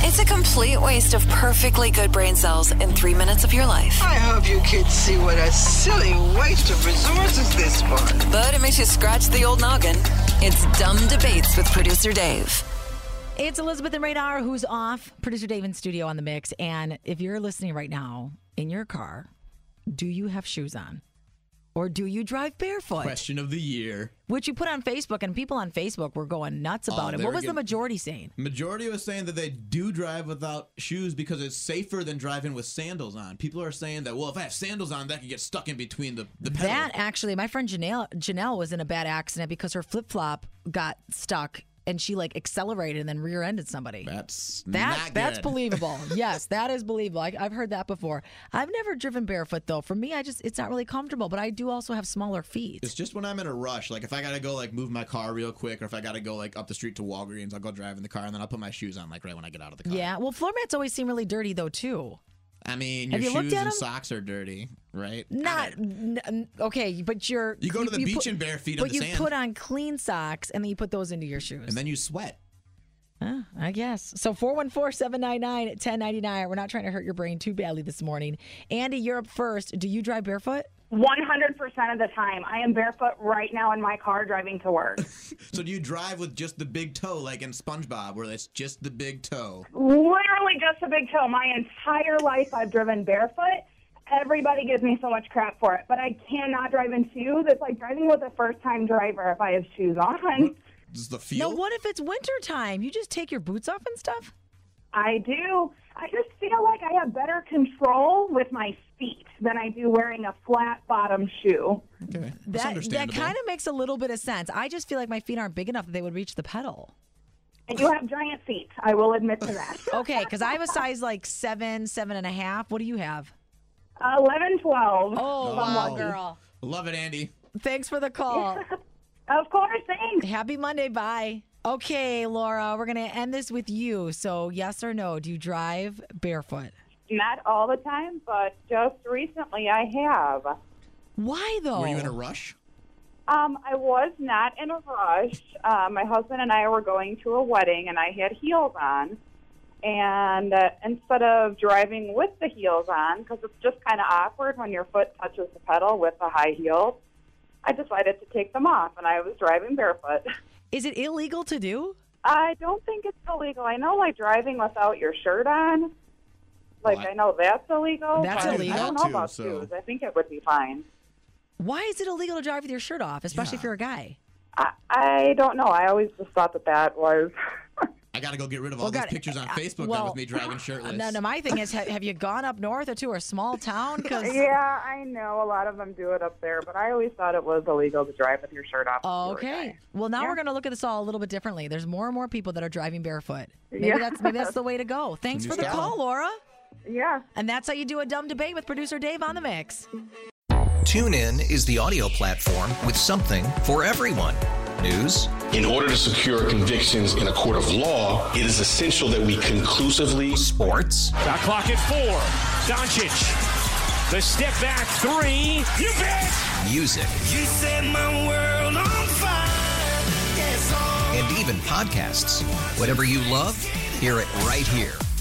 It's a complete waste of perfectly good brain cells in three minutes of your life. I hope you kids see what a silly waste of resources this was. But it makes you scratch the old noggin. It's Dumb Debates with producer Dave. It's Elizabeth and Radar who's off, producer Dave in studio on the mix. And if you're listening right now in your car, do you have shoes on? Or do you drive barefoot? Question of the year. Which you put on Facebook, and people on Facebook were going nuts about Oh, it. they What were was the getting- majority saying? Majority was saying that they do drive without shoes because it's safer than driving with sandals on. People are saying that, well, if I have sandals on, that could get stuck in between the, the pedals. That actually, my friend Janelle, Janelle was in a bad accident because her flip flop got stuck and she like accelerated and then rear ended somebody. that's That not that's good. believable. yes, that is believable. I, I've heard that before. I've never driven barefoot though. For me, I just it's not really comfortable. But I do also have smaller feet. It's just when I'm in a rush. Like if I gotta go like move my car real quick, or if I gotta go like up the street to Walgreens, I'll go drive in the car and then I'll put my shoes on like right when I get out of the car. yeah. Well, floor mats always seem really dirty though too. I mean, your Have you looked shoes at and 'em? socks are dirty, right? Not n- n- okay, but you're You go to the beach put- in bare feet on But the you sand. put on clean socks and then you put those into your shoes. And then you sweat. Uh, I guess. So 414 799 1099. We're not trying to hurt your brain too badly this morning. Andy, you're up first. Do you drive barefoot? 100% of the time. I am barefoot right now in my car driving to work. So do you drive with just the big toe, like in SpongeBob, where it's just the big toe? Literally just a big toe. My entire life I've driven barefoot. Everybody gives me so much crap for it, but I cannot drive in shoes. It's like driving with a first time driver if I have shoes on. Does the No, feel? what if it's wintertime? You just take your boots off and stuff? I do. I just feel like I have better control with my feet than I do wearing a flat bottom shoe. Okay. That's That, that understandable. kind of makes a little bit of sense. I just feel like my feet aren't big enough that they would reach the pedal. I do have giant feet. I will admit to that. Okay, because I have a size like seven, seven and a half. What do you have? 11, 12. Oh, wow. girl. Love it, Andy. Thanks for the call. Of course, thanks. Happy Monday. Bye. Okay, Laura, we're going to end this with you. So, yes or no, do you drive barefoot? Not all the time, but just recently I have. Why though? Were you in a rush? Um, I was not in a rush. Uh, my husband and I were going to a wedding, and I had heels on. And uh, instead of driving with the heels on, because it's just kind of awkward when your foot touches the pedal with the high heels, I decided to take them off, and I was driving barefoot. Is it illegal to do? I don't think it's illegal. I know, like driving without your shirt on. Like Well, I- I know that's Oh, illegal. That's but illegal. I don't I know do, about so- shoes. I think it would be fine. Why is it illegal to drive with your shirt off, especially Yeah. if you're a guy? I, I don't know. I always just thought that that was. I gotta go get rid of all Well, these God, pictures on uh, Facebook well, done with me driving shirtless. No, no. My thing is, have, have you gone up north or to a small town? Because yeah, I know a lot of them do it up there, but I always thought it was illegal to drive with your shirt off. if you were a okay. guy. Well, now Yeah. we're going to look at this all a little bit differently. There's more and more people that are driving barefoot. Maybe Yeah. that's maybe that's the way to go. Thanks new for the style. call, Laura. Yeah. And that's how you do a dumb debate with producer Dave on the mix. TuneIn is the audio platform with something for everyone. News. In order to secure convictions in a court of law, it is essential that we conclusively. Sports. Shot clock at four. Doncic. The step back three. You bet. Music. You set my world on fire. Yes, oh. and even podcasts. Whatever you love, hear it right here